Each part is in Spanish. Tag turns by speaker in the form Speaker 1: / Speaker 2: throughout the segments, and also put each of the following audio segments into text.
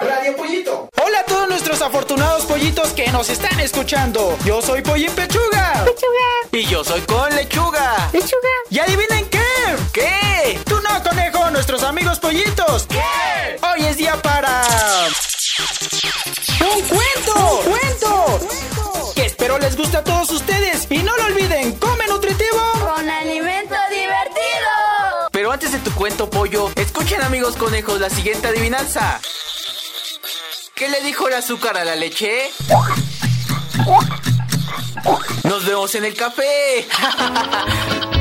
Speaker 1: Radio Pollito.
Speaker 2: Hola a todos nuestros afortunados pollitos que nos están escuchando. Yo soy Pollín Pechuga.
Speaker 3: Lechuga,
Speaker 2: Y yo soy con lechuga.
Speaker 3: lechuga.
Speaker 2: ¿Y adivinen qué? ¿Qué? Tú no, conejo, nuestros amigos pollitos. ¿Qué? Hoy es día para... ¡Un cuento! ¡Un cuento! Que espero les guste a todos ustedes. Y no lo olviden, come nutritivo.
Speaker 3: Con alimento divertido.
Speaker 4: Pero antes de tu cuento, pollo, escuchen amigos conejos la siguiente adivinanza. ¿Qué le dijo el azúcar a la leche? Nos vemos en el café.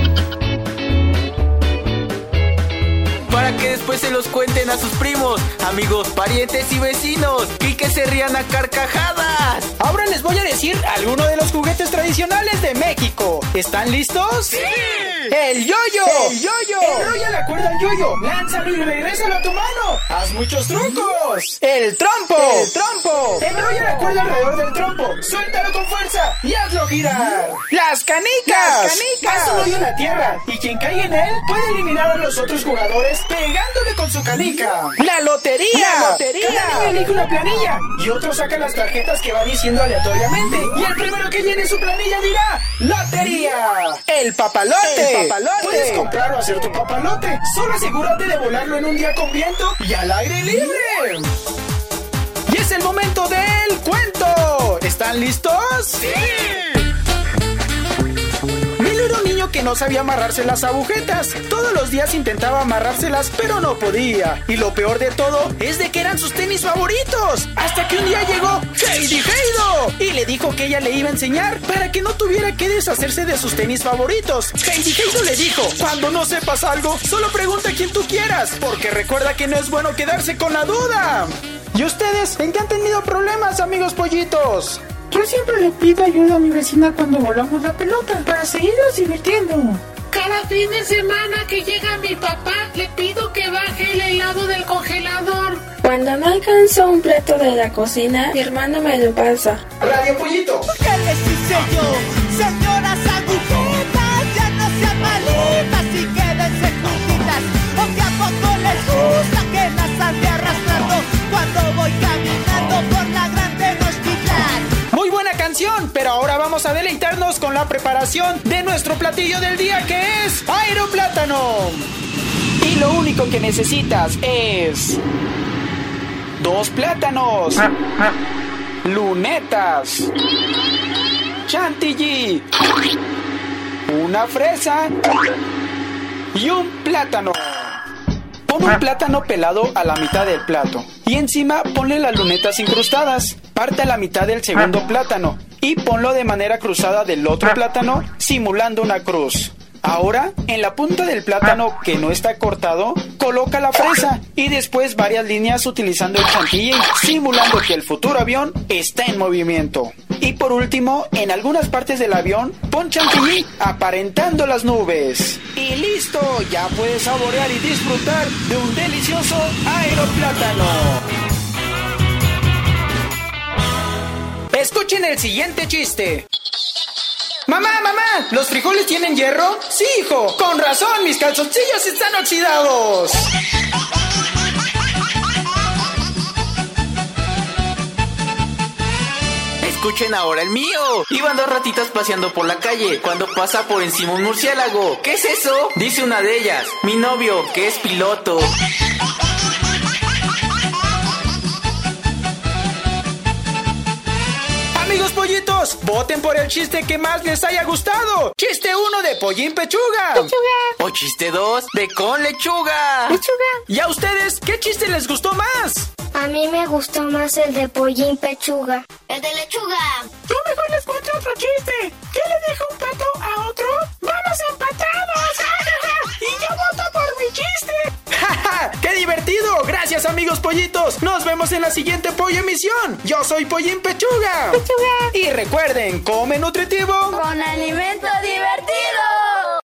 Speaker 4: Para que después se los cuenten a sus primos, amigos, parientes y vecinos. Y que se rían a carcajadas.
Speaker 2: Ahora les voy a decir alguno de los juguetes tradicionales de México. ¿Están listos? ¡Eh, ¡Sí! ¡El yoyo! ¡El yoyo! Enrolla la cuerda al yoyo, lánzalo y regrésalo a tu mano. ¡Haz muchos trucos! ¡El trompo! ¡El trompo! Enrolla la cuerda alrededor del trompo, suéltalo con fuerza y hazlo girar. ¡Las canicas! ¡Las canicas! Haz un hoyo en la tierra y quien caiga en él puede eliminar a los otros jugadores pegándole con su canica. ¡La lotería! ¡La lotería! Cada niño elige una planilla y otro saca las tarjetas que va diciendo aleatoriamente. Y el primero que llene su planilla dirá ¡Lotería! ¡El papalote! ¡El papalote! Puedes comprar o hacer tu papalote. Solo asegúrate de volarlo en un día con viento y al aire libre. Y es el momento del cuento. ¿Están listos? ¡Sí! Milo era un niño que no sabía amarrarse las agujetas. Todos los días intentaba amarrárselas, pero no podía. Y lo peor de todo es de que eran sus tenis favoritos. Hasta que un día llegó Heidi Heido y le dijo que ella le iba a enseñar para que no tuviera que deshacerse de sus tenis favoritos. Heidi Heido le dijo: Cuando no sepas algo, solo pregunta a quien tú quieras, porque recuerda que no es bueno quedarse con la duda. ¿Y ustedes en qué han tenido problemas, amigos pollitos?
Speaker 5: Yo siempre le pido ayuda a mi vecina cuando volamos la pelota para seguirnos divirtiendo.
Speaker 6: Cada fin de semana que llega mi papá, le pido que baje el helado del congelador.
Speaker 7: Cuando no alcanzo un plato de la cocina, mi hermano me lo pasa.
Speaker 1: Radio Pollito.
Speaker 8: Señoras agujetas, ya no sean malitas y quédense juntitas. ¿O que a poco les gusta que las ande arrastrando cuando voy caminando por la gran Tenochtitlán?
Speaker 2: Muy buena canción, pero ahora vamos a deleitarnos con la preparación de nuestro platillo del día que es aeroplátano. Y lo único que necesitas es dos plátanos, lunetas, chantilly, una fresa y un plátano. Pon un plátano pelado a la mitad del plato y encima ponle las lunetas incrustadas. Parte a la mitad del segundo plátano y ponlo de manera cruzada del otro plátano simulando una cruz. Ahora, en la punta del plátano que no está cortado, coloca la fresa y después varias líneas utilizando el chantilly, simulando que el futuro avión está en movimiento. Y por último, en algunas partes del avión, pon chantilly aparentando las nubes. Y listo, ya puedes saborear y disfrutar de un delicioso aeroplátano. Escuchen el siguiente chiste. Mamá, mamá, ¿los frijoles tienen hierro? Sí, hijo, con razón, mis calzoncillos están oxidados.
Speaker 4: Escuchen ahora el mío. Iban dos ratitas paseando por la calle cuando pasa por encima un murciélago. ¿Qué es eso? Dice una de ellas. Mi novio, que es piloto.
Speaker 2: Amigos pollitos, voten por el chiste que más les haya gustado. Chiste 1 de Pollín Pechuga.
Speaker 3: Lechuga,
Speaker 4: O chiste 2 de con lechuga.
Speaker 3: lechuga.
Speaker 2: ¿Y a ustedes qué chiste les gustó más?
Speaker 9: A mí me gustó más el de pollín pechuga.
Speaker 7: ¡El de lechuga!
Speaker 5: Tú mejor les cuento otro chiste. ¿Qué le deja un pato a otro? ¡Vamos empatados! ¡Y yo voto por mi chiste!
Speaker 2: ¡Ja, qué divertido! Gracias amigos pollitos. Nos vemos en la siguiente pollo emisión. Yo soy Pollín Pechuga.
Speaker 3: Lechuga.
Speaker 2: Y recuerden, come nutritivo.
Speaker 3: Con alimento divertido.